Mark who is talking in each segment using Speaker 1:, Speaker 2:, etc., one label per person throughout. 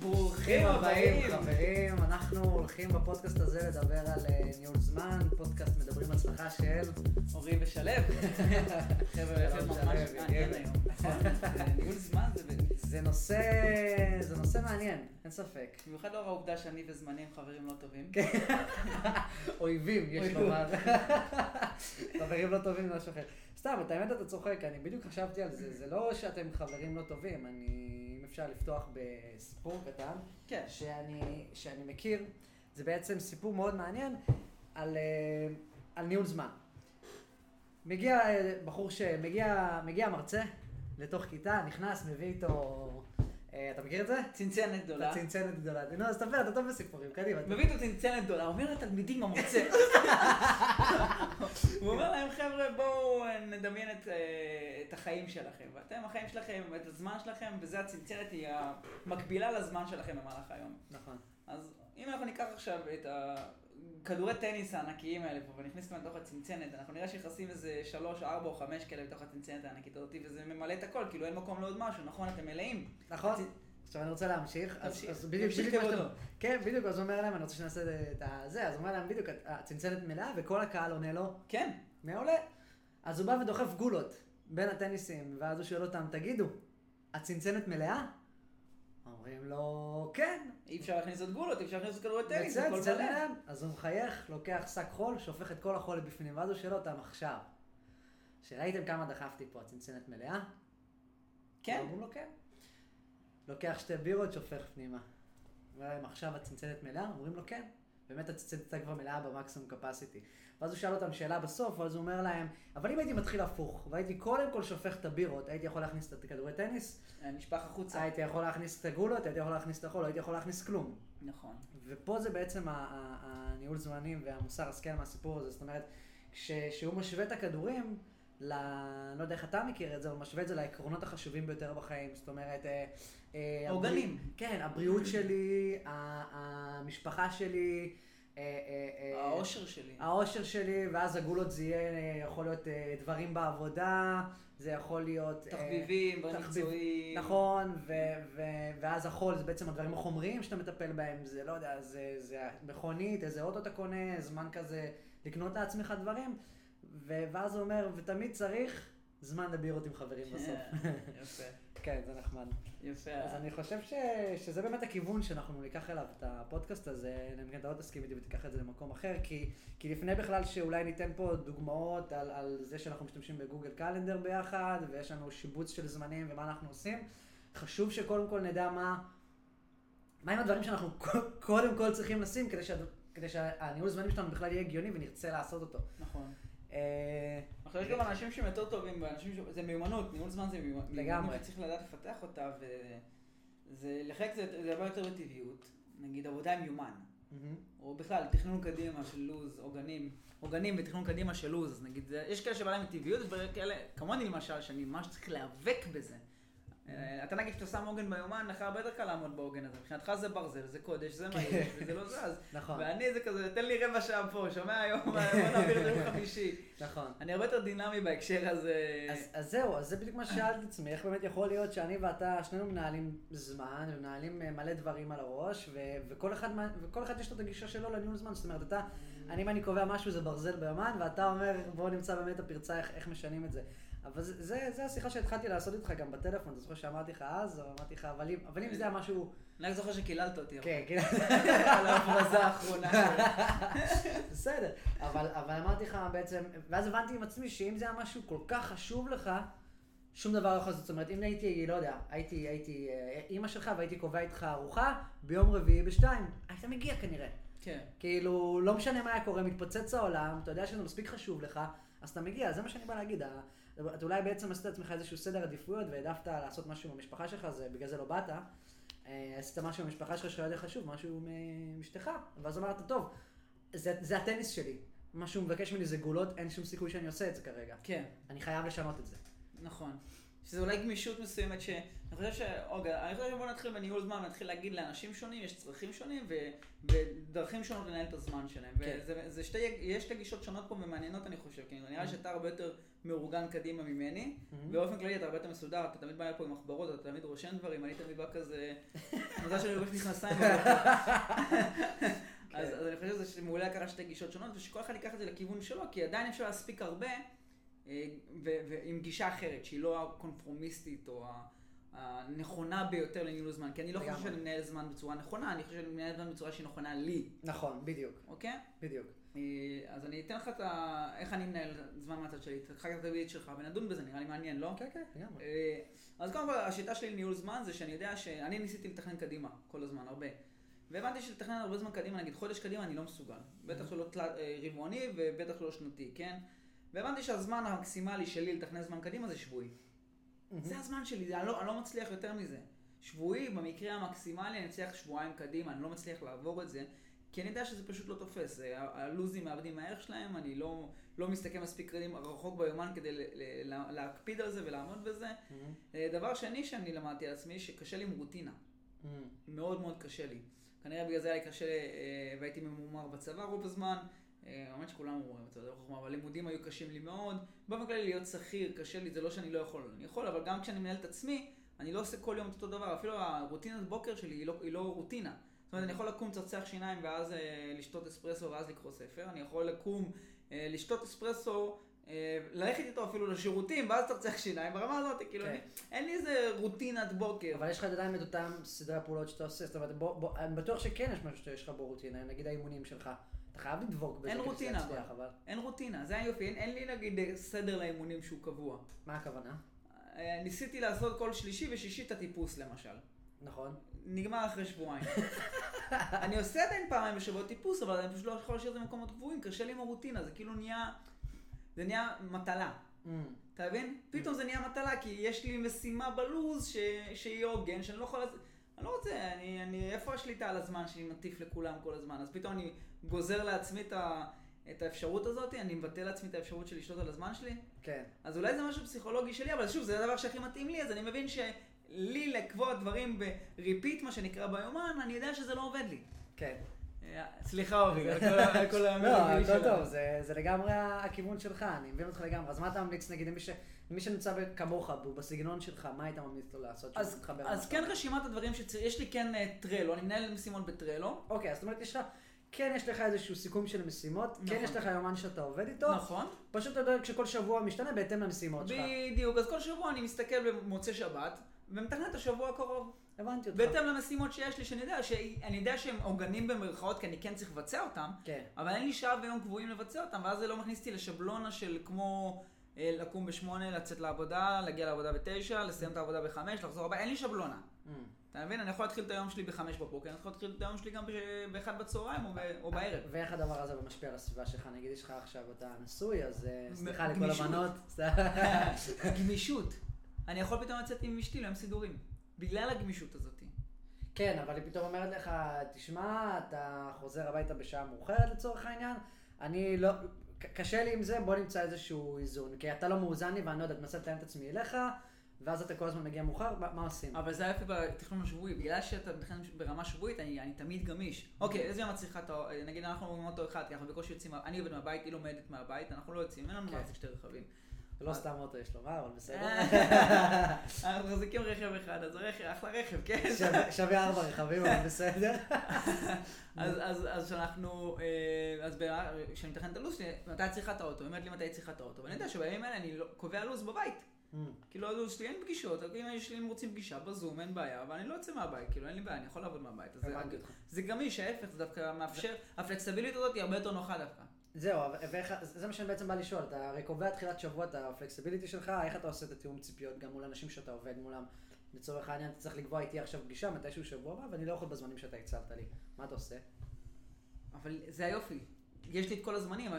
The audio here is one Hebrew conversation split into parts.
Speaker 1: ברוכים הבאים,
Speaker 2: הבאים.
Speaker 1: חברים. אנחנו הולכים בפודקאסט הזה לדבר על אה, ניהול זמן, פודקאסט מדברים הצלחה של...
Speaker 2: אורי ושלו. חבר'ה, יש להם
Speaker 1: שלום,
Speaker 2: ממש
Speaker 1: שלו,
Speaker 2: מעניין
Speaker 1: בדיוק.
Speaker 2: היום, נכון? זה ניהול זמן זה ב-
Speaker 1: זה נושא... זה נושא מעניין, אין ספק.
Speaker 2: במיוחד לאור העובדה שאני וזמני הם חברים לא טובים.
Speaker 1: כן. אויבים, יש
Speaker 2: אויבים.
Speaker 1: לומר. חברים לא טובים זה משהו אחר. סתם, את האמת אתה צוחק, אני בדיוק חשבתי על זה. זה לא שאתם חברים לא טובים, אני... אם אפשר לפתוח בסיפור קטן.
Speaker 2: כן.
Speaker 1: שאני, שאני מכיר, זה בעצם סיפור מאוד מעניין על, אה, על ניהול זמן. מגיע אה, בחור שמגיע מגיע מרצה לתוך כיתה, נכנס, מביא איתו... אה, אתה מכיר את זה?
Speaker 2: צנצנת
Speaker 1: את
Speaker 2: גדולה.
Speaker 1: הצנצנת גדולה. נו, אז תספר, אתה טוב בסיפורים, קדימה.
Speaker 2: מביא איתו צנצנת גדולה, אומר לתלמידים המרצה. הוא אומר להם, חבר'ה, בואו אה, נדמיין את, אה, את החיים שלכם. ואתם, החיים שלכם, את הזמן שלכם, וזה הצנצנת, היא המקבילה לזמן שלכם במהלך היום.
Speaker 1: נכון.
Speaker 2: אז אם אנחנו ניקח עכשיו את הכדורי טניס הענקיים האלה פה ונכניס אותם לתוך הצנצנת, אנחנו נראה שנכנסים איזה שלוש, ארבע או חמש כאלה בתוך הצנצנת הענקית הזאת, וזה ממלא את הכל, כאילו אין מקום לעוד משהו, נכון? אתם מלאים.
Speaker 1: נכון?
Speaker 2: הצ-
Speaker 1: עכשיו אני רוצה להמשיך. אז-
Speaker 2: תמשיך.
Speaker 1: אז בדיוק,
Speaker 2: תמשיך
Speaker 1: בדיוק מה שאתה...
Speaker 2: כבודו.
Speaker 1: כן, בדיוק, אז הוא אומר להם, אני רוצה שנעשה את ה- זה, אז הוא אומר להם, בדיוק, הצנצנת מלאה, וכל הקהל עונה לו,
Speaker 2: כן.
Speaker 1: מעולה. אז הוא בא ודוחף גולות בין הטניסים, ואז הוא שואל אותם, תגידו, הצנצנת מלאה? אומרים לו, כן.
Speaker 2: אי אפשר להכניס עוד גולות, אי אפשר להכניס עוד כדורי טניס,
Speaker 1: בצד, לא
Speaker 2: הכל
Speaker 1: צד
Speaker 2: מלא.
Speaker 1: מלאה. אז הוא מחייך, לוקח שק חול, שופך את כל החול לבפנים, ואז הוא שואל אותם עכשיו. שראיתם כמה דחפתי פה, הצנצנת מלאה?
Speaker 2: כן.
Speaker 1: אומרים לו, כן. לוקח שתי בירות, שופך פנימה. אומר להם, עכשיו הצנצנת מלאה? אומרים לו, כן. באמת הצנצנת הייתה כבר מלאה במקסימום קפסיטי. ואז הוא שאל אותם שאלה בסוף, ואז הוא אומר להם, אבל אם הייתי מתחיל הפוך, והייתי קודם כל שופך את הבירות, הייתי יכול להכניס את הכדורי טניס,
Speaker 2: אה, נשפך החוצה.
Speaker 1: הייתי יכול להכניס את הגולות, הייתי יכול להכניס את החול, לא הייתי יכול להכניס כלום.
Speaker 2: נכון.
Speaker 1: ופה זה בעצם ה- ה- הניהול זמנים והמוסר השכל מהסיפור הזה, זאת אומרת, כשהוא משווה את הכדורים, ל... לא יודע איך אתה מכיר את זה, אבל משווה את זה לעקרונות החשובים ביותר בחיים, זאת אומרת... אה, אה,
Speaker 2: עוגנים.
Speaker 1: הבריא- כן, הבריאות שלי, ה- המשפחה שלי, אה, אה, אה,
Speaker 2: האושר שלי.
Speaker 1: האושר שלי, ואז הגולות זה יהיה, אה, יכול להיות אה, דברים בעבודה, זה יכול להיות... אה,
Speaker 2: תחביבים, דברים
Speaker 1: תחביב-
Speaker 2: מקצועיים.
Speaker 1: נכון, ו- ו- ואז החול זה בעצם הדברים החומריים שאתה מטפל בהם, זה לא יודע, זה, זה מכונית, איזה אוטו אתה קונה, זמן כזה לקנות לעצמך דברים, ו- ואז הוא אומר, ותמיד צריך זמן לבירות עם חברים
Speaker 2: כן.
Speaker 1: בסוף.
Speaker 2: יפה.
Speaker 1: כן, זה נחמד.
Speaker 2: יפה.
Speaker 1: אז אני חושב ש- שזה באמת הכיוון שאנחנו ניקח אליו את הפודקאסט הזה, אלא אם כן אתה לא תסכים איתי ותיקח את זה למקום אחר, כי, כי לפני בכלל שאולי ניתן פה דוגמאות על, על זה שאנחנו משתמשים בגוגל קלנדר ביחד, ויש לנו שיבוץ של זמנים ומה אנחנו עושים, חשוב שקודם כל נדע מה, מהם הדברים שאנחנו קודם כל צריכים לשים כדי, שה, כדי שהניהול זמנים שלנו בכלל יהיה הגיוני ונרצה לעשות אותו.
Speaker 2: נכון.
Speaker 1: אה,
Speaker 2: עכשיו יש גם אנשים שהם יותר טובים, ואנשים ש... זה מיומנות, ניהול זמן זה מיומנות.
Speaker 1: לגמרי.
Speaker 2: צריך לדעת לפתח אותה, וזה לחלק זה זה דבר יותר בטבעיות, נגיד עבודה עם יומן,
Speaker 1: מהמם.
Speaker 2: או בכלל תכנון קדימה של לו"ז, עוגנים, עוגנים ותכנון קדימה של לו"ז, אז נגיד, זה- יש כאלה שבא להם בטבעיות, וכאלה, כמוני למשל, שאני ממש צריך להיאבק בזה.
Speaker 1: Mm-hmm.
Speaker 2: אה, אתה נגיד כשאתה שם עוגן ביומן, לך הרבה יותר קל לעמוד בעוגן הזה, מבחינתך זה ברזל, זה קודש, זה מהיר, וזה לא זז.
Speaker 1: כן. נכון,
Speaker 2: ואני זה כזה, תן לי רבע שעה פה, שומע היום, בוא נעביר את זה יום חמישי.
Speaker 1: נכון.
Speaker 2: אני הרבה יותר דינמי בהקשר הזה.
Speaker 1: אז, אז זהו, אז זה בדיוק מה ששאלתי את עצמי, איך באמת יכול להיות שאני ואתה, שנינו מנהלים זמן, ומנהלים אה, מלא דברים על הראש, ו- וכל, אחד, מה- וכל אחד יש לו את הגישה שלו לניהול זמן, זאת אומרת, אתה, אני אם אני קובע משהו זה ברזל ביומן, ואתה אומר, בוא נמצא באמת הפרצה, איך, איך משנים את זה. אבל זה, זה, זה השיחה שהתחלתי לעשות איתך גם בטלפון, אתה זוכר שאמרתי לך אז, או אמרתי לך, אבל אם, אבל אם זה היה משהו...
Speaker 2: אני רק זוכר שקיללת אותי. אבל-
Speaker 1: כן, כן.
Speaker 2: על ההפרזה האחרונה. שלי.
Speaker 1: בסדר, אבל, אבל אמרתי לך בעצם, ואז הבנתי עם עצמי שאם זה היה משהו כל כך חשוב לך, שום דבר לא יכול לעשות. זאת אומרת, אם הייתי, לא יודע, הייתי, הייתי אה, אימא שלך והייתי קובע איתך ארוחה ביום רביעי בשתיים, היית מגיע כנראה.
Speaker 2: כן.
Speaker 1: כאילו, לא משנה מה היה קורה, מתפוצץ העולם, אתה יודע שזה מספיק חשוב לך, אז אתה מגיע, זה מה שאני בא להגיד. ה- אתה אולי בעצם עשית לעצמך איזשהו סדר עדיפויות והעדפת לעשות משהו עם המשפחה שלך, זה בגלל זה לא באת. אה, עשית משהו עם המשפחה שלך שהיה יותר חשוב, משהו עם אשתך. ואז אמרת, טוב, זה, זה הטניס שלי. מה שהוא מבקש ממני זה גולות, אין שום סיכוי שאני עושה את זה כרגע.
Speaker 2: כן,
Speaker 1: אני חייב לשנות את זה.
Speaker 2: נכון. שזה אולי גמישות מסוימת ש... אני חושב ש... אוגה, אני חושב שבוא נתחיל בניהול זמן, נתחיל להגיד לאנשים שונים, יש צרכים שונים ו... ודרכים שונות לנהל את הזמן שלהם.
Speaker 1: כן.
Speaker 2: וזה, זה שתי... יש שתי גישות שונות פה ומעניינות אני חושב, כי
Speaker 1: Mm.
Speaker 2: נראה לי שאתה הרבה יותר מאורגן קדימה ממני. באופן כללי אתה הרבה יותר מסודר, אתה תמיד בא לפה עם מחברות, אתה תמיד רושם דברים, אני תמיד בא כזה... מזל שאני לובש מכנסיים.
Speaker 1: כן.
Speaker 2: אז, אז אני חושב שזה מעולה לקחת שתי גישות שונות, ושכל אחד ייקח את זה לכיוון שלו, כי עדיין אפשר להספיק הרבה אה, ו- ועם גישה אחרת, שהיא לא הקונפורמיסטית או ה- הנכונה ביותר לניהול זמן. כי אני לא חושב
Speaker 1: לגמרי.
Speaker 2: שאני מנהל זמן בצורה נכונה, אני חושב שאני מנהל זמן בצורה שהיא נכונה לי,
Speaker 1: נכון, בדיוק,
Speaker 2: אוקיי?
Speaker 1: בדיוק.
Speaker 2: אה, אז אני אתן לך את ה... איך אני מנהל זמן מהצד שלי, אחר כך תביא את שלך ונדון בזה, נראה לי מעניין, לא?
Speaker 1: כן, כן, לגמרי.
Speaker 2: אה, אז קודם כל, השיטה שלי לניהול זמן זה שאני יודע שאני ניסיתי לתכנן קדימה כל הזמן, הרבה. והבנתי שלתכנן הרבה זמן קדימה, נגיד חודש קדימה, אני לא מסוגל. בטח שלא תלת- אה, רבעוני ובטח שלא שנתי, כן? והבנתי שהזמן המקסימלי שלי לתכנן זמן קדימה זה שבועי.
Speaker 1: Mm-hmm.
Speaker 2: זה הזמן שלי, זה- אני לא, אני לא מצליח יותר מזה. שבועי, במקרה המקסימלי, אני אצליח שבועיים קדימה, אני לא מצליח לעבור את זה, כי אני יודע שזה פשוט לא תופס. זה- ה- הלוזים מאבדים מהערך שלהם, אני לא, לא מסתכל מספיק קדימה- רחוק ביומן כדי ל- ל- לה- להקפיד על זה ולעמוד בזה.
Speaker 1: מהמם.
Speaker 2: אה, דבר שני שאני למדתי על עצמי, שקשה לי עם רוטינה.
Speaker 1: מהמם.
Speaker 2: מאוד מאוד קשה לי. כנראה בגלל זה היה לי קשה, אה, והייתי ממומר בצבא רוב הזמן. אה, האמת שכולם אומרים את זה, זה לא חוכמה, אבל לימודים היו קשים לי מאוד. באופן כללי להיות שכיר קשה לי, זה לא שאני לא יכול, אני יכול, אבל גם כשאני מנהל את עצמי, אני לא עושה כל יום את אותו דבר. אפילו הרוטינת בוקר שלי היא לא, היא לא רוטינה. זאת אומרת, אני יכול לקום לצחצח שיניים ואז אה, לשתות אספרסו ואז לקרוא ספר. אני יכול לקום, אה, לשתות אספרסו, אה, ללכת איתו אפילו לשירותים, ואז לצחצח שיניים. ברמה הזאת, כאילו,
Speaker 1: כן.
Speaker 2: אני, אין לי איזה רוטינת בוקר.
Speaker 1: אבל יש לך עדיין את אותם סדרי הפעולות שאתה עושה, זאת אומרת, בוא, בוא, אני בטוח שכן יש משהו שיש לך בו רוטינה, נגיד האימונים שלך, אתה חייב לדבוק בזה
Speaker 2: אין
Speaker 1: כדי שזה
Speaker 2: רוטינה,
Speaker 1: יצליח, אבל
Speaker 2: אין רוטינה, זה היופי, אין, אין לי נגיד אה, סדר לאימונים שהוא קבוע.
Speaker 1: מה הכוונה?
Speaker 2: אה, ניסיתי לעשות כל שלישי ושישי את הטיפוס למשל.
Speaker 1: נכון?
Speaker 2: נגמר אחרי שבועיים. אני עושה עדיין פעמיים בשבוע טיפוס, אבל אני פשוט לא יכול להשאיר את זה במקומות קבועים, קשה לי עם הרוטינה, זה כאילו נהיה, זה נהיה מטלה.
Speaker 1: אמ,
Speaker 2: אתה מבין? פתאום זה נהיה מטלה, כי יש לי משימה בלו"ז ש... שהיא הוגן, שאני לא יכול... לעשות- אני לא רוצה, אני, אני... איפה השליטה על הזמן שאני מטיף לכולם כל הזמן? אז פתאום אני גוזר לעצמי את, ה... את האפשרות הזאת, אני מבטל לעצמי את האפשרות של לשלוט על הזמן שלי.
Speaker 1: כן,
Speaker 2: אז אולי זה משהו פסיכולוגי שלי, אבל שוב, זה הדבר שהכי מתאים לי, אז אני מבין שלי לקבוע דברים בריפיט, מה שנקרא ביומן, אני יודע שזה לא עובד לי.
Speaker 1: כן.
Speaker 2: אה, סליחה אורי, על כל ה- על כל
Speaker 1: לא,
Speaker 2: המלאגים
Speaker 1: הכל
Speaker 2: שלנו.
Speaker 1: טוב, זה זה לגמרי הכיוון שלך, אני מבין אותך לגמרי. אז מה אתה ממליץ, נגיד, למי ש- למי שנמצא כמוך, הוא בסגנון שלך, מה היית ממליץ לו לעשות? שהוא
Speaker 2: אז,
Speaker 1: מתחבר
Speaker 2: אז
Speaker 1: למשהו?
Speaker 2: כן רשימת הדברים שצריך, יש לי כן אה, טרלו, אני מנהל משימון בטרלו,
Speaker 1: אוקיי, אז זאת אומרת, יש לך, כן יש לך איזשהו סיכום של משימות, כן
Speaker 2: נכון.
Speaker 1: יש לך יומן שאתה עובד איתו,
Speaker 2: נכון?
Speaker 1: פשוט אתה יודע שכל שבוע משתנה בהתאם למשימות שלך.
Speaker 2: בדיוק, אז כל שבוע אני מסתכל במוצאי שבת, ומתכנן את השבוע הקרוב,
Speaker 1: הבנתי אותך.
Speaker 2: בהתאם למשימות שיש לי, שאני יודע, שאני יודע שהם עוגנים במרכאות, כי אני כן צריך לבצע אותם,
Speaker 1: כן.
Speaker 2: אבל אין לי שעה ויום קבועים לבצע אותם, ואז זה לא מכניס אותי לשבלונה של כמו אה, לקום בשמונה, לצאת לעבודה, להגיע לעבודה בתשע, לסיים את העבודה בחמש, לחזור הביתה, אין לי שבלונה.
Speaker 1: אמ.
Speaker 2: אתה מבין? אני יכול להתחיל את היום שלי בחמש בבוקר, אני יכול להתחיל את היום שלי גם באחד בצהריים או, ב- או בערב.
Speaker 1: ואיך הדבר הזה משפיע על הסביבה שלך? נגיד יש לך עכשיו, אתה נשוי, אז אה,
Speaker 2: מ-
Speaker 1: סליחה לכל
Speaker 2: גמישות.
Speaker 1: הבנות.
Speaker 2: גמישות. אני יכול פתאום לצאת עם אשתי ליום סידורים. בגלל הגמישות הזאת.
Speaker 1: כן, אבל היא פתאום אומרת לך, תשמע, אתה חוזר הביתה בשעה מאוחרת לצורך העניין, אני לא... ק- קשה לי עם זה, בוא נמצא איזשהו איזון. כי אתה לא מאוזן לי ואני לא יודעת, מנסה לתאם את עצמי אליך, ואז אתה כל הזמן מגיע מאוחר, מה מה עושים?
Speaker 2: אבל זה היופי בתכנון השבועי. בגלל שאתה מתכנן ברמה שבועית, אני, אני תמיד גמיש. אוקיי, איזה יום את צריכה את ה... נגיד אנחנו אומרים אותו אחד, כי אנחנו בקושי יוצאים... מה- אני עובד מהבית, היא לומדת מהבית, אנחנו לא יוצאים, אין לנו מה
Speaker 1: כן.
Speaker 2: להחזיק שתי רכבים.
Speaker 1: לא סתם אוטו יש לומר, אבל בסדר.
Speaker 2: אה. אנחנו מחזיקים רכב אחד, אז הרכב, אחלה רכב, כן?
Speaker 1: שווה- שווה ארבע רכבים, אבל בסדר.
Speaker 2: אז- אז אז שאנחנו, אה, אז ב- כשאני מתכנן את הלו"ז, שלי, מתי את צריכה את האוטו? היא אומרת לי מתי היא צריכה את האוטו. ואני יודע שבימים האלה אני לא- קובע לו"ז בבית. כאילו, אז יש לי אין פגישות, אם יש לי, אם רוצים פגישה בזום, אין בעיה, אבל אני לא יוצא מהבית, כאילו, אין לי בעיה, אני יכול לעבוד מהבית. אז זה-
Speaker 1: הבנתי אותך.
Speaker 2: זה גמיש, ההפך, זה דווקא מאפשר, הפלקסביליות הזאת היא הרבה יותר נוחה דווקא.
Speaker 1: זהו, אבל- ואיך, זה מה שאני בעצם בא לשאול, אתה הרי קובע תחילת שבוע את הפלקסיביליטי שלך, איך אתה עושה את התיאום ציפיות גם מול אנשים שאתה עובד מולם. לצורך העניין, אתה צריך לקבוע איתי עכשיו פגישה מתישהו שבוע הבא, ואני לא יכול בזמנים שאתה הצבת לי. מה אתה עושה?
Speaker 2: אבל זה היופי. יש לי את כל הזמנים,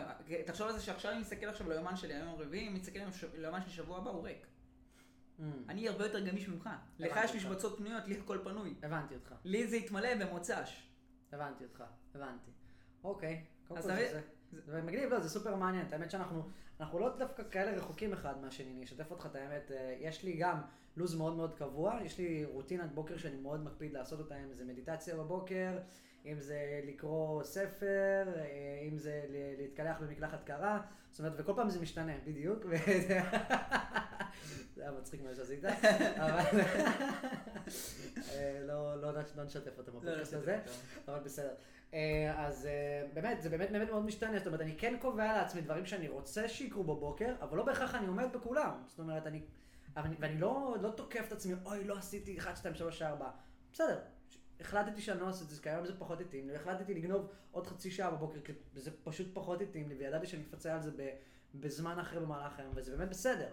Speaker 2: תחשוב על זה שעכשיו אני מסתכל עכשיו ליומן שלי, היום הרביעי, אם מסתכל ליומן של שבוע הבא, הוא ריק. אני הרבה יותר גמיש ממך. לך יש
Speaker 1: הבנתי אותך.
Speaker 2: משבצות פנויות, לי הכל פנוי.
Speaker 1: הבנתי אותך,
Speaker 2: לי זה יתמלא במוצ"ש.
Speaker 1: הבנתי אותך, הבנתי. אוקיי, קודם
Speaker 2: אז
Speaker 1: כל זה
Speaker 2: תמיד-
Speaker 1: זה. זה מגניב, לא, זה סופר מעניין. את האמת שאנחנו אנחנו לא דווקא כאלה רחוקים אחד מהשני. אני אשתף אותך את האמת, אה, יש לי גם לו"ז מאוד מאוד קבוע, יש לי רוטינת בוקר שאני מאוד מקפיד לעשות אותה, אם זה מדיטציה בבוקר, אם זה לקרוא ספר, אה, אם זה ל- להתקלח במקלחת קרה, זאת אומרת, וכל פעם זה משתנה, בדיוק. וזה- זה היה מצחיק מה שעשית, אבל אה, לא- לא נש- לא נשתף אותם
Speaker 2: לא, לא
Speaker 1: בפודקאסט
Speaker 2: עשיתי
Speaker 1: הזה.
Speaker 2: את זה.
Speaker 1: אבל בסדר. אה, אז אה, באמת, זה באמת באמת מאוד משתנה, זאת אומרת, אני כן קובע לעצמי דברים שאני רוצה שיקרו בבוקר, אבל לא בהכרח אני עומד בכולם. זאת אומרת, אני... אבל אני- ואני לא, לא תוקף את עצמי, אוי, לא עשיתי 1, 2, 3, 4. בסדר, ש- החלטתי שאני לא עושה את זה, כי היום זה פחות התאים לי, החלטתי לגנוב עוד חצי שעה בבוקר, כי זה פשוט פחות התאים לי, וידעתי שאני מפצה על זה ב, בזמן אחר במהלך היום, וזה באמת בסדר.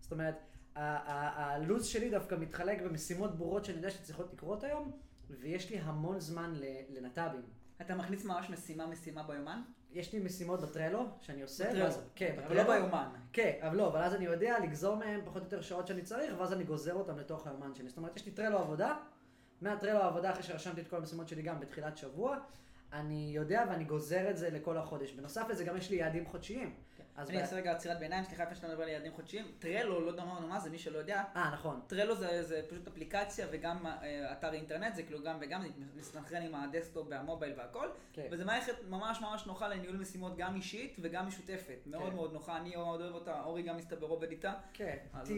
Speaker 1: זאת אומרת, ה- ה- הלו"ז שלי דווקא מתחלק במשימות ברורות שאני יודע שצריכות לקרות היום, ויש לי המון זמן ל- לנת"בים.
Speaker 2: אתה מכניס ממש משימה משימה ביומן?
Speaker 1: יש לי משימות בטרלו שאני עושה,
Speaker 2: בטרלו.
Speaker 1: ואז- כן,
Speaker 2: אבל לא
Speaker 1: בטרלו.
Speaker 2: ביומן.
Speaker 1: כן, אבל לא, אבל אז אני יודע לגזור מהם פחות או יותר שעות שאני צריך, ואז אני גוזר אותם לתוך היומן שלי. זאת אומרת, יש לי טרלו עבודה, מהטרלו העבודה, אחרי שרשמתי את כל המשימות שלי גם בתחילת שבוע, אני יודע ואני גוזר את זה לכל החודש. בנוסף לזה, גם יש לי יעדים חודשיים. אז
Speaker 2: כן. אני
Speaker 1: ב-
Speaker 2: אעשה רגע עצירת ביניים, סליחה לפני שאתה מדבר על יעדים חודשיים. טרלו, לא אמרנו מה זה, מי שלא יודע.
Speaker 1: אה, נכון.
Speaker 2: טרלו זה, זה פשוט אפליקציה וגם אה, אתר אינטרנט, זה כאילו גם וגם, זה מסתנכרן עם הדסקטופ והמובייל והכל,
Speaker 1: כן.
Speaker 2: וזה מערכת ממש ממש נוחה לניהול משימות גם אישית וגם משותפת. מאוד
Speaker 1: כן.
Speaker 2: מאוד נוחה, אני מאוד אוהב אותה, אורי גם מסתבר עובד איתה.
Speaker 1: כן, E
Speaker 2: אז-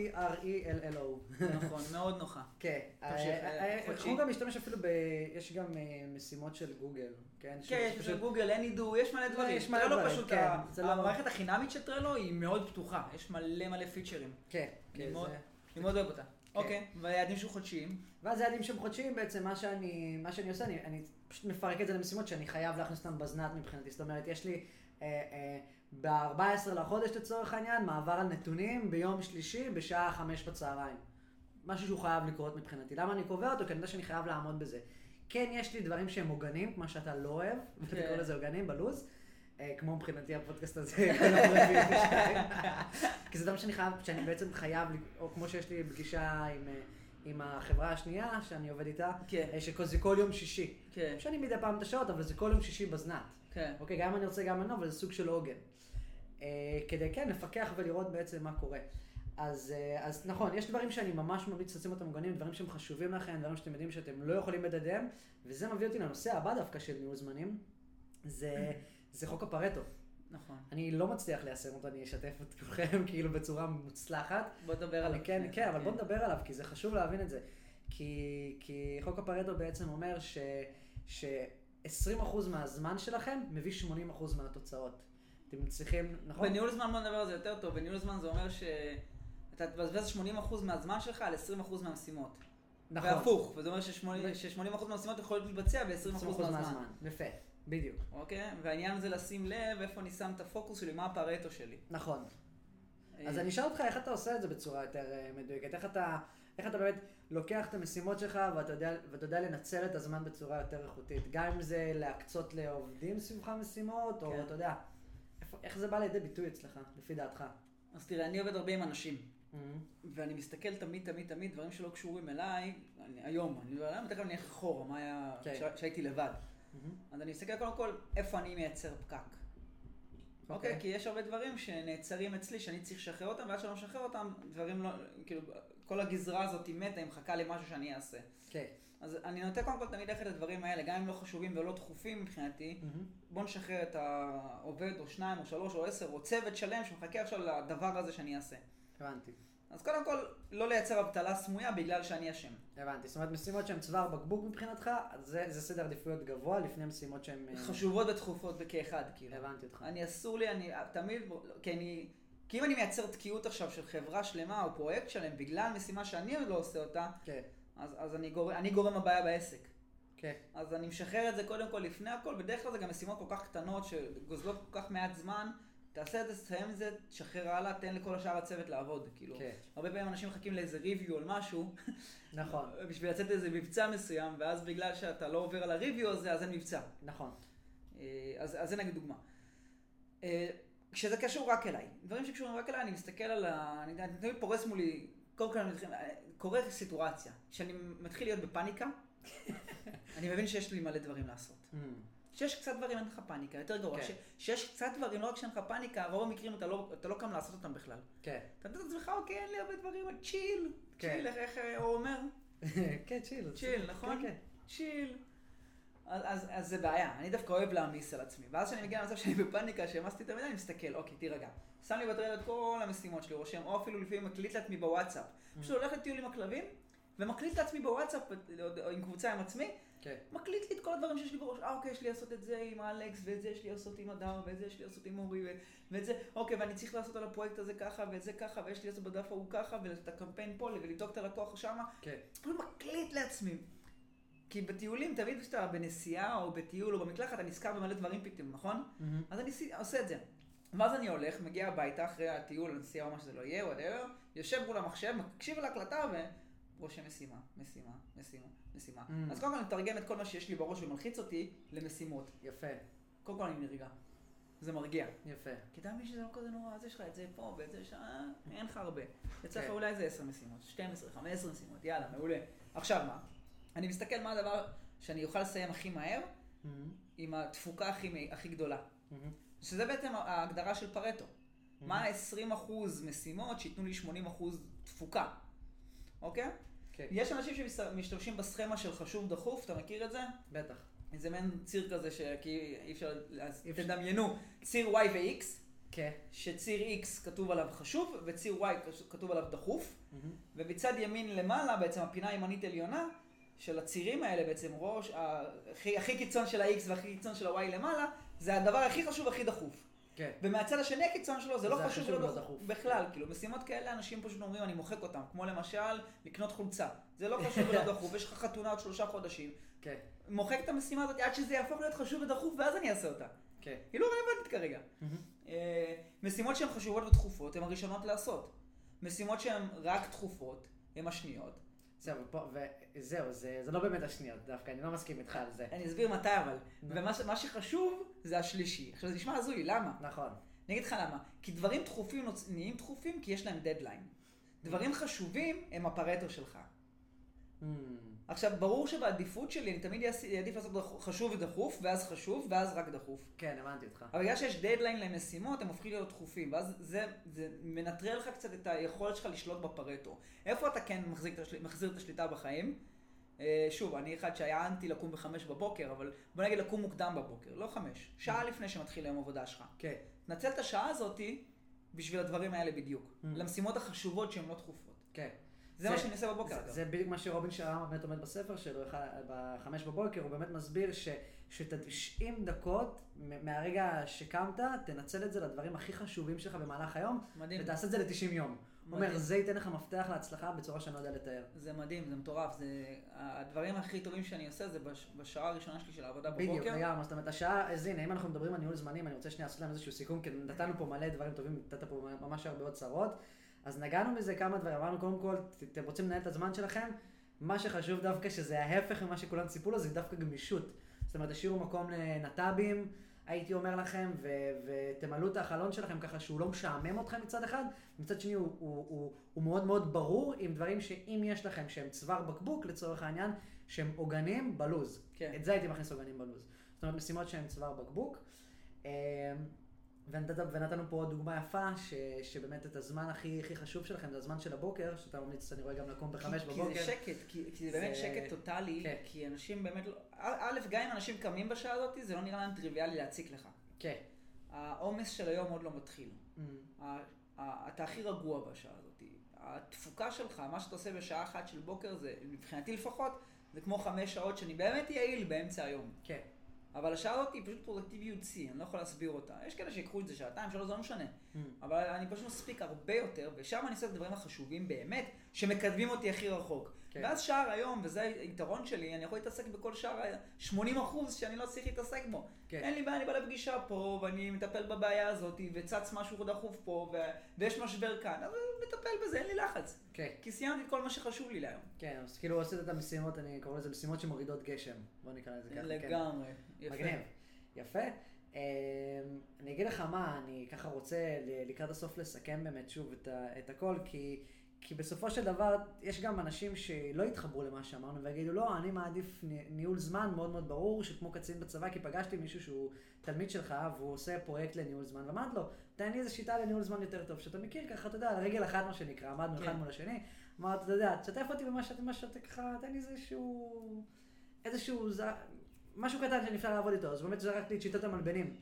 Speaker 1: T-R-E-L-L-O.
Speaker 2: נכון, מאוד נוחה.
Speaker 1: כן.
Speaker 2: תמשיך,
Speaker 1: אה, אה,
Speaker 2: חודשי.
Speaker 1: אנחנו גם משתמש אפילו ב... יש גם אה, משימות של גוגל, כן?
Speaker 2: כן,
Speaker 1: שזה
Speaker 2: יש פשוט גוגל, AnyDo, יש מלא
Speaker 1: לא,
Speaker 2: דברים.
Speaker 1: יש מלא
Speaker 2: טרלו
Speaker 1: דברים,
Speaker 2: פשוט,
Speaker 1: כן,
Speaker 2: ה-
Speaker 1: זה לא-
Speaker 2: המערכת החינמית של טרלו היא מאוד פתוחה, יש מלא מלא פיצ'רים.
Speaker 1: כן,
Speaker 2: אני
Speaker 1: כן,
Speaker 2: מאוד-
Speaker 1: זה-
Speaker 2: אני מאוד אוהב אותה.
Speaker 1: כן.
Speaker 2: אוקיי, והיעדים שהוא חודשיים.
Speaker 1: ואז היעדים שהם חודשיים בעצם, מה שאני, מה שאני עושה, אני, אני פשוט מפרק את זה למשימות שאני חייב להכניס אותן בזנת מבחינתי. זאת אומרת, יש לי אה, אה, ב-14 לחודש לצורך העניין, מעבר על נתונים ביום שלישי בשעה 5 בצהריים. משהו שהוא חייב לקרות מבחינתי. למה אני קובע אותו? כי אני יודע שאני חייב לעמוד בזה. כן, יש לי דברים שהם עוגנים, כמו שאתה לא אוהב, ואתה
Speaker 2: כן.
Speaker 1: קורא לזה עוגנים בלוז. אה, כמו מבחינתי הפודקאסט הזה, כל הפרקים שלהם. כי זה דבר שאני חייב, שאני בעצם חייב, או כמו שיש לי פגישה עם, אה, עם החברה השנייה שאני עובד איתה,
Speaker 2: כן,
Speaker 1: אה, שכל- זה כל יום שישי.
Speaker 2: כן,
Speaker 1: שאני מדי פעם את השעות, אבל זה כל יום שישי בזנת.
Speaker 2: כן.
Speaker 1: אוקיי, גם אני רוצה, גם אני לא, אבל זה סוג של עוגן. אה, כדי כן לפקח ולראות בעצם מה קורה. אז, אה, אז נכון, יש דברים שאני ממש ממליץ לשים אותם מוגנים, דברים שהם חשובים לכם, דברים שאתם יודעים שאתם לא יכולים לדדם, וזה מביא אותי לנושא הבא דווקא של ניהול זמנים, זה, זה חוק הפרטו.
Speaker 2: נכון.
Speaker 1: אני לא מצליח ליישם אותו, אני אשתף את כולכם כאילו בצורה מוצלחת,
Speaker 2: בוא נדבר
Speaker 1: אבל
Speaker 2: עליו.
Speaker 1: כן,
Speaker 2: לפני
Speaker 1: כן,
Speaker 2: זה,
Speaker 1: אבל בוא נדבר עליו, כי זה חשוב להבין את זה. כי, כי חוק הפרטו בעצם אומר ש, ש-20% מהזמן שלכם מביא 80% מהתוצאות. אתם צריכים, נכון?
Speaker 2: בניהול זמן בוא נדבר על זה יותר טוב, בניהול זמן זה אומר שאתה תבזבז 80% מהזמן שלך על 20% מהמשימות.
Speaker 1: נכון.
Speaker 2: והפוך, וזה אומר ש-80% מהמשימות יכולות להתבצע ב-20%
Speaker 1: 20%
Speaker 2: מהזמן.
Speaker 1: מהזמן. יפה, בדיוק.
Speaker 2: אוקיי? והעניין זה לשים לב איפה אני שם את הפוקוס שלי, מה הפרטו שלי.
Speaker 1: נכון. אז
Speaker 2: אה,
Speaker 1: אני אשאל אותך איך אתה עושה את זה בצורה יותר אה, מדויקת. איך אתה, איך אתה באמת לוקח את המשימות שלך ואתה יודע, ואתה יודע לנצל את הזמן בצורה יותר איכותית. גם אם זה להקצות לעובדים סביבך משימות,
Speaker 2: כן.
Speaker 1: או אתה יודע, איפה- איך זה בא לידי ביטוי אצלך, לפי דעתך?
Speaker 2: אז תראה, אני עובד הרבה עם אנשים. ואני מסתכל תמיד, תמיד, תמיד, דברים שלא קשורים אליי, אני, היום, אני לא יודע, תכף אני אלך אחורה, מה היה,
Speaker 1: כן.
Speaker 2: כשה- כשהייתי לבד. אז אני מסתכל קודם כל, איפה אני מייצר פקק. אוקיי, כי יש הרבה דברים שנעצרים אצלי, שאני צריך לשחרר אותם, ועד שאני לא משחרר אותם, דברים לא, כאילו, כל הגזרה הזאת היא מתה, היא מחכה למשהו שאני אעשה.
Speaker 1: כן.
Speaker 2: אז אני נוטה קודם כל תמיד ללכת לדברים האלה, גם אם לא חשובים ולא דחופים מבחינתי, בוא נשחרר את העובד, או שניים, או שלוש, או עשר, או צוות שלם שמחכה עכשיו לדבר הזה שאני אעשה.
Speaker 1: הבנתי,
Speaker 2: אז קודם כל, לא לייצר אבטלה סמויה בגלל שאני אשם.
Speaker 1: הבנתי. זאת אומרת, משימות שהן צוואר בקבוק מבחינתך, אז זה זה סדר עדיפויות גבוה לפני משימות שהן... אה,
Speaker 2: חשובות ודחופות וכאחד, כאילו.
Speaker 1: הבנתי אותך.
Speaker 2: אני אסור לי, אני תמיד, לא, כי אני, כי אם אני מייצר תקיעות עכשיו של חברה שלמה או פרויקט שלם בגלל משימה שאני לא עושה אותה,
Speaker 1: כן,
Speaker 2: אז, אז אני, גור, אני גורם הבעיה בעסק.
Speaker 1: כן.
Speaker 2: אז אני משחרר את זה קודם כל לפני הכל, בדרך כלל זה גם משימות כל כך קטנות שגוזלות כל כך מעט זמן, תעשה את זה, תסיים את זה, תשחרר הלאה, תן לכל השאר הצוות לעבוד, כאילו.
Speaker 1: כן.
Speaker 2: הרבה פעמים אנשים מחכים לאיזה ריוויו על משהו,
Speaker 1: נכון,
Speaker 2: בשביל לצאת לאיזה מבצע מסוים, ואז בגלל שאתה לא עובר על הריוויו הזה, אז אין מבצע.
Speaker 1: נכון.
Speaker 2: אה, אז, אז זה נגיד דוגמה. אה, כשזה קשור רק אליי, דברים שקשורים רק אליי, אני מסתכל על ה... אני, אני תמיד פורס מולי, קודם כל אני מתחיל, אה, קורה סיטואציה, כשאני מתחיל להיות בפאניקה, אני מבין שיש לי מלא דברים לעשות. שיש קצת דברים אין לך פאניקה, יותר גרוע.
Speaker 1: כן.
Speaker 2: ש- שיש קצת דברים, לא רק שאין לך פאניקה, רוב המקרים אתה לא- אתה לא קם לעשות אותם בכלל.
Speaker 1: כן.
Speaker 2: אתה נותן לעצמך, אוקיי, אין לי הרבה דברים, צ'יל.
Speaker 1: כן.
Speaker 2: צ'יל, איך- איך אה, הוא אומר?
Speaker 1: כן, צ'יל.
Speaker 2: צ'יל, נכון?
Speaker 1: כן,
Speaker 2: צ'יל. אז, אז, אז זה בעיה, אני דווקא אוהב להעמיס על עצמי. ואז כשאני מגיע למצב שאני בפאניקה, שהעמסתי יותר מדי, אני מסתכל, אוקיי, תירגע. שם לי בטרייל את כל המשימות שלי, רושם, או אפילו לפעמים מקליט לעצמי בוואטסאפ.
Speaker 1: Mm.
Speaker 2: פשוט הולך לטיול עם הכלבים, ומקליט לעצמי בוואטסאפ, או עם קבוצה עם עצמי,
Speaker 1: כן.
Speaker 2: מקליט לי את כל הדברים שיש לי בראש, אה אוקיי, יש לי לעשות את זה עם אלכס, ואת זה יש לי לעשות עם הדר, ואת זה יש לי לעשות עם אורי, ו- ואת זה, אוקיי, ואני צריך לעשות על הפרויקט הזה ככה, ואת זה ככה, ויש לי לעשות בדף ההוא ככה, ואת הקמפיין פה, ולבדוק את הלקוח שמה,
Speaker 1: כן.
Speaker 2: פשוט מקליט לעצמי. כי בטיולים, תמיד כשאתה בנסיעה, או בטיול, או במקלחת, אתה נזכר במלא דברים פתאום, נכון?
Speaker 1: מהמם.
Speaker 2: אז אני עשי- עושה את זה. ואז אני הולך, מגיע הביתה אחרי הטיול, הנסיעה, או מה שזה לא יהיה, וואטאבר, יושב מול המחשב, מקשיב להקלטה ו... רושם משימה, משימה, משימה, משימה.
Speaker 1: Mm.
Speaker 2: אז קודם כל אני מתרגם את כל מה שיש לי בראש ומלחיץ אותי למשימות.
Speaker 1: יפה,
Speaker 2: קודם כל אני נרגע. זה מרגיע.
Speaker 1: יפה.
Speaker 2: כי אתה מבין שזה לא כזה נורא, אז יש לך את זה פה ואת זה שם, אין לך הרבה. יצא לך
Speaker 1: כן.
Speaker 2: אולי איזה 10 משימות, 12, 15 משימות, יאללה, מעולה. עכשיו מה? אני מסתכל מה הדבר שאני אוכל לסיים הכי מהר,
Speaker 1: מהמם.
Speaker 2: עם התפוקה הכי, מ- הכי גדולה.
Speaker 1: מהמם.
Speaker 2: שזה בעצם ההגדרה של פרטו.
Speaker 1: Mm-hmm.
Speaker 2: מה ה-20% משימות שייתנו לי 80% תפוקה, אוקיי?
Speaker 1: כן,
Speaker 2: יש אנשים שמשתמשים בסכמה של חשוב דחוף, אתה מכיר את זה?
Speaker 1: בטח.
Speaker 2: זה מעין ציר כזה ש... כי אי אפשר... אז
Speaker 1: אי אפשר.
Speaker 2: תדמיינו, ציר Y ו-X,
Speaker 1: כן.
Speaker 2: שציר X כתוב עליו חשוב, וציר Y כתוב עליו דחוף,
Speaker 1: מהמם.
Speaker 2: ומצד ימין למעלה, בעצם הפינה הימנית עליונה, של הצירים האלה בעצם, ראש, ה- הכי, הכי קיצון של ה-X והכי קיצון של ה-Y למעלה, זה הדבר הכי חשוב והכי דחוף.
Speaker 1: כן.
Speaker 2: ומהצד השני הקיצון שלו זה לא
Speaker 1: זה
Speaker 2: חשוב
Speaker 1: החשוב
Speaker 2: ולא
Speaker 1: ולא
Speaker 2: דחוף
Speaker 1: דחוף.
Speaker 2: בכלל, כאילו משימות כאלה אנשים פשוט אומרים אני מוחק אותם, כמו למשל לקנות חולצה, זה לא חשוב ולא דחוף, יש לך חתונה עוד שלושה חודשים,
Speaker 1: כן.
Speaker 2: מוחק את המשימה הזאת עד שזה יהפוך להיות חשוב ודחוף ואז אני אעשה אותה,
Speaker 1: כן.
Speaker 2: היא לא רלוונטית כרגע.
Speaker 1: מהמם.
Speaker 2: אה, משימות שהן חשובות ודחופות הן הראשונות לעשות, משימות שהן רק דחופות הן השניות,
Speaker 1: זהו, ופה- וזהו, זה זה לא באמת השניות דווקא, אני לא מסכים איתך על זה.
Speaker 2: אני אסביר מתי אבל,
Speaker 1: נו.
Speaker 2: ומה ש- מה שחשוב זה השלישי, עכשיו זה נשמע הזוי, למה?
Speaker 1: נכון.
Speaker 2: אני אגיד לך למה. כי דברים דחופים נוצ- נהיים דחופים כי יש להם דדליין. דברים חשובים הם הפרטו שלך.
Speaker 1: מהמם.
Speaker 2: עכשיו, ברור שבעדיפות שלי אני תמיד אעש- אעדיף לעשות דחו- חשוב ודחוף, ואז חשוב, ואז רק דחוף.
Speaker 1: כן, הבנתי אותך.
Speaker 2: אבל בגלל שיש דדליין למשימות, הם הופכים להיות דחופים, ואז זה, זה מנטרל לך קצת את היכולת שלך לשלוט בפרטו. איפה אתה כן מחזיק, את השל- מחזיר את השליטה בחיים? אה, שוב, אני אחד שהיה אנטי לקום בחמש בבוקר, אבל בוא נגיד לקום מוקדם בבוקר, לא חמש, שעה לפני שמתחיל היום עבודה שלך.
Speaker 1: כן.
Speaker 2: נצל את השעה הזאתי בשביל הדברים האלה בדיוק.
Speaker 1: Mm.
Speaker 2: למשימות החשובות שהן לא דחופות.
Speaker 1: כן.
Speaker 2: זה מה שאני עושה בבוקר.
Speaker 1: זה-
Speaker 2: אגב.
Speaker 1: זה בדיוק מה שרובין שרם באמת אומר בספר שלו, אחד- בחמש בבוקר, הוא באמת מסביר ש- שאת ה-90 דקות מ- מהרגע שקמת, תנצל את זה לדברים הכי חשובים שלך במהלך היום,
Speaker 2: מדהים.
Speaker 1: ותעשה את זה ל-90 יום. הוא אומר,
Speaker 2: מדהים.
Speaker 1: זה ייתן לך מפתח להצלחה בצורה שאני לא יודע לתאר.
Speaker 2: זה מדהים, זה מטורף. זה... הדברים הכי טובים שאני עושה זה בש... בשעה הראשונה שלי של העבודה
Speaker 1: בדיוק,
Speaker 2: בבוקר.
Speaker 1: לגמרי, זאת אומרת, השעה, אה, אז הנה, אם אנחנו מדברים על ניהול זמנים, אני רוצה שנייה לעשות להם איזשהו סיכום, כי נתנו פה מלא דברים טובים, נתת פה ממש הרבה הצהרות. אז נגענו בזה כמה דברים, אמרנו קודם כל, ת- אתם רוצים לנהל את הזמן שלכם, מה שחשוב דווקא, שזה ההפך ממה שכולם ציפו לו, זה דווקא גמישות. זאת אומרת, תשאירו מקום לנת"בים, הייתי אומר לכם, ו- ותמלאו את החלון שלכם ככה שהוא לא משעמם אתכם מצד אחד, מצד שני הוא, הוא, הוא, הוא מאוד מאוד ברור עם דברים שאם יש לכם שהם צוואר בקבוק לצורך העניין, שהם עוגנים בלוז.
Speaker 2: כן.
Speaker 1: את זה הייתי מכניס עוגנים בלוז. זאת אומרת, משימות שהן צוואר בקבוק. אמ, ונתת, ונתנו פה עוד דוגמה יפה, ש, שבאמת את הזמן הכי, הכי חשוב שלכם, זה הזמן של הבוקר, שאתה ממליץ, אני רואה גם לקום בחמש
Speaker 2: כי-
Speaker 1: בבוקר.
Speaker 2: כי זה שקט, כי, כי זה
Speaker 1: זה-
Speaker 2: באמת שקט טוטאלי,
Speaker 1: כן.
Speaker 2: כי אנשים באמת לא... א', א', גם אם אנשים קמים בשעה הזאת, זה לא נראה להם טריוויאלי להציק לך.
Speaker 1: כן.
Speaker 2: העומס של היום עוד לא מתחיל.
Speaker 1: אמ,
Speaker 2: ה- ה- אתה הכי רגוע בשעה הזאת. התפוקה שלך, מה שאתה עושה בשעה אחת של בוקר, זה, מבחינתי לפחות, זה כמו חמש שעות שאני באמת יעיל באמצע היום.
Speaker 1: כן.
Speaker 2: אבל השעה הזאת היא פשוט פרודקטיביות שיא, אני לא יכול להסביר אותה. יש כאלה שיקחו את זה שעתיים, שלוש, זה לא משנה.
Speaker 1: אמ,
Speaker 2: אבל אני פשוט מספיק הרבה יותר, ושם אני עושה את הדברים החשובים באמת, שמקדמים אותי הכי רחוק.
Speaker 1: כן.
Speaker 2: ואז שער היום, וזה היתרון שלי, אני יכול להתעסק בכל שער ה-80% שאני לא צריך להתעסק בו.
Speaker 1: כן.
Speaker 2: אין לי בעיה, אני בא לפגישה פה, ואני מטפל בבעיה הזאת, וצץ משהו דחוף פה, ו... ויש משבר כאן, אבל אני מטפל בזה, אין לי לחץ.
Speaker 1: כן.
Speaker 2: כי סיימתי את כל מה שחשוב לי להיום.
Speaker 1: כן, אז כאילו עשית את המשימות, אני קורא לזה משימות שמורידות גשם. בוא נקרא לזה ככה. כן.
Speaker 2: לגמרי. יפה.
Speaker 1: מגניב. יפה. אמ, אני אגיד לך מה, אני ככה רוצה ל- לקראת הסוף לסכם באמת שוב את, ה, את הכל, כי, כי בסופו של דבר, יש גם אנשים שלא יתחברו למה שאמרנו ויגידו, לא, אני מעדיף ני- ניהול זמן מאוד מאוד ברור, שכמו קצין בצבא, כי פגשתי מישהו שהוא תלמיד שלך, והוא עושה פרויקט לניהול זמן, ואמרתי לו, תן לי איזה שיטה לניהול זמן יותר טוב, שאתה מכיר ככה, אתה יודע, על רגל אחת מה שנקרא, עמדנו
Speaker 2: כן.
Speaker 1: אחד מול השני, אמרתי, אתה יודע, תשתף אותי במה שאתה, מה שאתה ככה, תן לי איזשהו, איזשהו, ז- משהו קטן שנפלא לעבוד איתו, אז באמת זרקתי את שיטת המלבנים.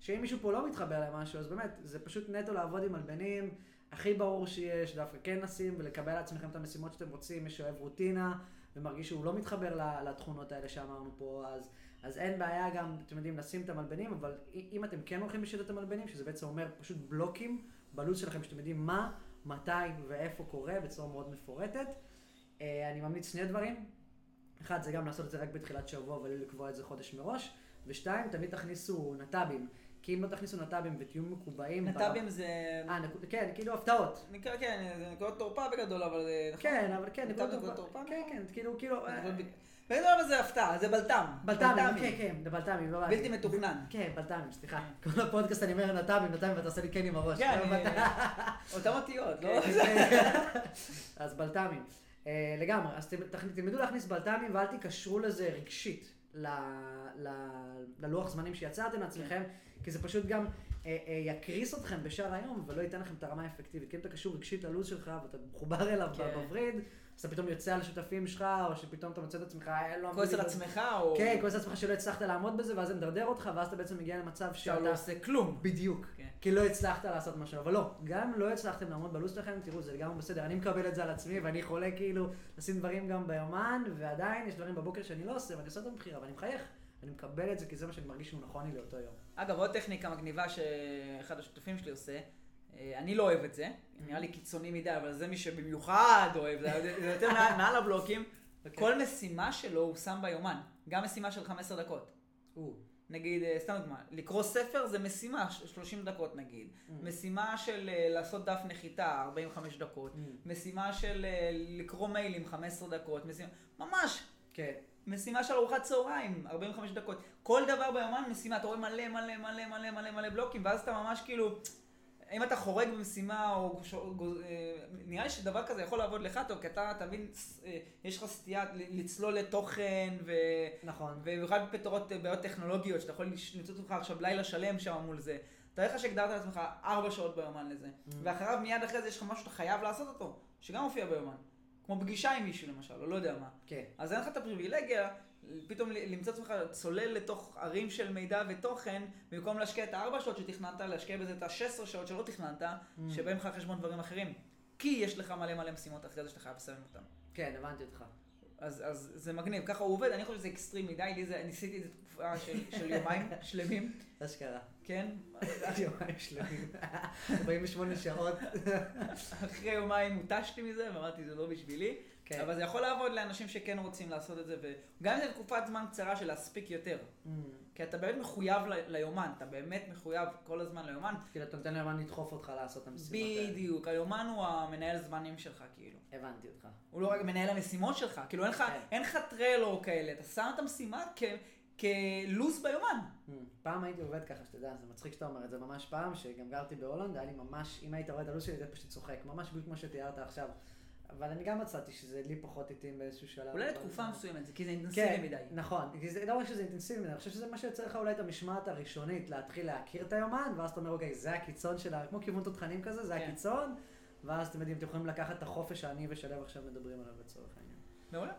Speaker 1: שאם מישהו פה לא מתחבר למשהו, אז באמת, זה פשוט נטו לעבוד עם מלבנים, הכי ברור שיש, דווקא כן לשים ולקבל לעצמכם את המשימות שאתם רוצים, מי שאוהב רוטינה ומרגיש שהוא לא מתחבר ל- לתכונות האלה שאמרנו פה, אז, אז אין בעיה גם, אתם יודעים, לשים את המלבנים, אבל אם אם אתם כן הולכים בשיטת המלבנים, שזה בעצם אומר פשוט בלוקים בלו"ז שלכם, שאתם יודעים מה, מתי ואיפה קורה בצורה מאוד מפורטת. אה, אני ממליץ שני דברים, אחד, זה גם לעשות את זה רק בתחילת שבוע ולא לקבוע את זה חודש מראש, ושתיים, תמיד תכניסו נת"בים, כי אם לא תכניסו נת"בים ותהיו מקובעים...
Speaker 2: נת"בים זה...
Speaker 1: אה, נקוד... כן, כאילו הפתעות.
Speaker 2: נקרא, כן, זה נקודות תורפה בגדול, אבל זה... נכון?
Speaker 1: כן, אבל כן,
Speaker 2: נת"ב
Speaker 1: נקודות-
Speaker 2: נקודות תורפה?
Speaker 1: כן, כן, כאילו, כאילו... אה,
Speaker 2: נקודות ב- בגדול אבל זה הפתעה, זה בלת"ם.
Speaker 1: בלת"מים, כן, כן, זה בלת"מים, לא
Speaker 2: בלתי מתוכנן.
Speaker 1: כן, בלת"מים, סליחה. כל הפודקאסט אני אומר נת"בים, נת"בים, ואתה עושה לי כן עם הראש.
Speaker 2: כן,
Speaker 1: לא,
Speaker 2: אני-
Speaker 1: בלת"מים.
Speaker 2: אותם אותיות, לא?
Speaker 1: כן. אז בלת"מים. אה, לגמרי, אז ת- תכ- תלמדו להכניס בלת"מים ואל תיקשרו לזה רגשית ל- ל- ללוח זמנים שיצרתם לעצמכם, כי זה פשוט גם אה, אה, יקריס אתכם בשאר היום ולא ייתן לכם את הרמה האפקטיבית. כי אם אתה קשור רגשית ללו"ז שלך ואתה מחובר אליו
Speaker 2: כן.
Speaker 1: בווריד, אז אתה פתאום יוצא על השותפים שלך, או שפתאום אתה מוצא את עצמך, "אה, לא...
Speaker 2: כועס על
Speaker 1: אמרו לי-
Speaker 2: עצמך, או...
Speaker 1: כן, כועס על עצמך שלא הצלחת לעמוד בזה, ואז זה מדרדר אותך, ואז אתה בעצם מגיע למצב
Speaker 2: שאתה
Speaker 1: שאתה...
Speaker 2: לא עושה כלום.
Speaker 1: בדיוק.
Speaker 2: כן.
Speaker 1: כי לא הצלחת לעשות משהו, אבל לא, גם אם לא הצלחתם לעמוד בלו"ז שלכם, תראו, זה לגמרי בסדר, אני מקבל את זה על עצמי, ואני חולה כאילו לשים דברים גם ביומן, ועדיין יש דברים בבוקר שאני לא עושה, ואני עושה אותם בחירה, ואני מחייך, אני מקבל את זה, כי זה מה שאני מרגיש שהוא נכון לי לאותו יום.
Speaker 2: אגב, עוד טכניקה מגניבה שאחד השותפים שלי עושה, אה, אני לא אוהב את זה,
Speaker 1: Mm-hmm.
Speaker 2: נראה לי קיצוני מדי, אבל זה מי שבמיוחד אוהב, זה זה יותר מעל מעל הבלוקים.
Speaker 1: אוקיי.
Speaker 2: כל משימה שלו הוא שם ביומן, גם משימה של 15 דקות.
Speaker 1: או,
Speaker 2: נגיד, אה, סתם דוגמה, לקרוא ספר זה משימה, ש- 30 דקות נגיד. משימה של אה, לעשות דף נחיתה, 45 דקות.
Speaker 1: Mm.
Speaker 2: משימה של אה, לקרוא מיילים, 15 דקות. משימה, ממש,
Speaker 1: כן.
Speaker 2: משימה של ארוחת צהריים, 45 דקות. כל דבר ביומן משימה, אתה רואה מלא מלא מלא מלא מלא מלא בלוקים, ואז אתה ממש כאילו, אם אתה חורג במשימה, או ש- גו- אה, נראה לי שדבר כזה יכול לעבוד לך טוב, כי אתה תבין, אה, יש לך סטייה ל- לצלול לתוכן, ו...
Speaker 1: נכון.
Speaker 2: ובמיוחד בפתרות אה, בעיות טכנולוגיות, שאתה יכול לש- למצוא את עצמך עכשיו לילה שלם שם מול זה. תאר לך שהגדרת לעצמך ארבע שעות ביומן לזה, ואחריו מיד אחרי זה יש לך משהו שאתה חייב לעשות אותו, שגם מופיע ביומן. כמו פגישה עם מישהו למשל, או לא יודע מה.
Speaker 1: כן.
Speaker 2: אז אין לך את הפריבילגיה פתאום ל- למצוא את עצמך צולל לתוך ערים של מידע ותוכן, במקום להשקיע את הארבע שעות שתכננת, להשקיע בזה את השש שעות שלא תכננת,
Speaker 1: Mm.
Speaker 2: שבאים לך על חשבון דברים אחרים. כי יש לך מלא מלא משימות אחרי זה שאתה חייב לסיים אותן.
Speaker 1: כן, הבנתי אותך.
Speaker 2: אז, אז זה מגניב, ככה הוא עובד, אני חושב שזה אקסטרים מדי, לי זה, ניסיתי את זה תקופה של, של יומיים שלמים,
Speaker 1: אשכרה.
Speaker 2: כן?
Speaker 1: יומיים שלמים. 48 שעות.
Speaker 2: אחרי יומיים הותשתי מזה, ואמרתי זה לא בשבילי,
Speaker 1: כן.
Speaker 2: אבל זה יכול לעבוד לאנשים שכן רוצים לעשות את זה, וגם אם זה תקופת זמן קצרה של להספיק יותר.
Speaker 1: Mm.
Speaker 2: כי אתה באמת מחויב ל- ליומן, אתה באמת מחויב כל הזמן ליומן.
Speaker 1: כאילו, אתה נותן ליומן לדחוף אותך לעשות את המשימות האלה.
Speaker 2: בדיוק, היומן הוא המנהל זמנים שלך, כאילו.
Speaker 1: הבנתי אותך.
Speaker 2: הוא לא רק מנהל המשימות שלך, כאילו אין לך,
Speaker 1: כן.
Speaker 2: אין לך טרלו כאלה, אתה שם את המשימה כ- כלו"ז ביומן.
Speaker 1: Mm. פעם הייתי עובד ככה, שאתה יודע, זה מצחיק שאתה אומר את זה ממש פעם, שגם גרתי בהולנד, היה לי ממש, אם היית רואה את הלו"ז שלי, זה פשוט צוחק, ממש בדיוק כמו שתיארת עכשיו. אבל אני גם מצאתי שזה לי פחות התאים באיזשהו שלב.
Speaker 2: אולי
Speaker 1: אבל-
Speaker 2: לתקופה מסוימת, זה- כי זה
Speaker 1: לא, כן,
Speaker 2: אינטנסיבי מדי.
Speaker 1: נכון, כי זה לא רק שזה אינטנסיבי מדי, אני חושב שזה מה שיוצר לך אולי את המשמעת הראשונית, להתחיל להכיר את היומן, ואז אתה אומר, אוקיי, זה הקיצון של ה... כמו כיוון תותחנים כזה, זה
Speaker 2: כן.
Speaker 1: הקיצון, ואז אתם יודעים, אתם יכולים לקחת את החופש שאני ושלו עכשיו מדברים עליו לצורך העניין.
Speaker 2: מעולה.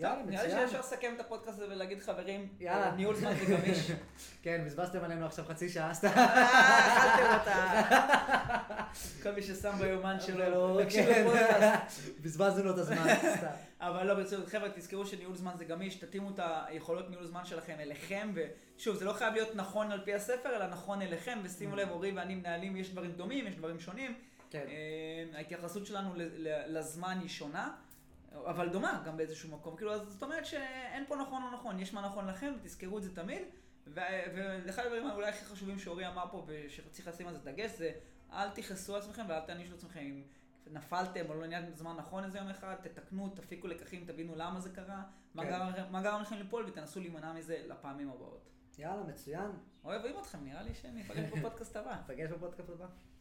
Speaker 1: יאללה,
Speaker 2: טוב, נראה לי
Speaker 1: מצוין.
Speaker 2: שאפשר לסכם את הפודקאסט הזה ולהגיד חברים,
Speaker 1: יאללה.
Speaker 2: ניהול זמן זה גמיש.
Speaker 1: כן, בזבזתם עלינו עכשיו חצי שעה, סתם.
Speaker 2: אה, אכלתם אותה. כל מי ששם ביומן שלו,
Speaker 1: שלא,
Speaker 2: תקשיב
Speaker 1: כן,
Speaker 2: לפודקאסט.
Speaker 1: בזבזנו לו את הזמן, סתם.
Speaker 2: אבל לא, ברצינות, חבר'ה, תזכרו שניהול זמן זה גמיש, תתאימו את היכולות ניהול זמן שלכם אליכם, ושוב, זה לא חייב להיות נכון על פי הספר, אלא נכון אליכם,
Speaker 1: Mm.
Speaker 2: ושימו לב, אורי ואני מנהלים, יש דברים דומים, יש דברים שונים.
Speaker 1: כן.
Speaker 2: אה, ההתייחסות שלנו ל- ל- לזמן היא שונה, אבל דומה גם באיזשהו מקום. כאילו, אז זאת אומרת שאין פה נכון או נכון, יש מה נכון לכם, ותזכרו את זה תמיד. ו- ואחד הדברים אולי הכי חשובים שאורי אמר פה, ושצריך לשים על זה דגש, זה אל תכעסו על עצמכם ואל תענישו את עצמכם. אם נפלתם או לא נהיה זמן נכון איזה יום אחד, תתקנו, תפיקו לקחים, תבינו למה זה קרה, מה
Speaker 1: כן.
Speaker 2: גרם- מה גרם לכם ליפול, ותנסו להימנע מזה לפעמים הבאות.
Speaker 1: יאללה, מצוין.
Speaker 2: אוהבים אתכם, נראה לי שניפגש בפודקאסט הבא.
Speaker 1: ניפגש בפודקאסט הבא.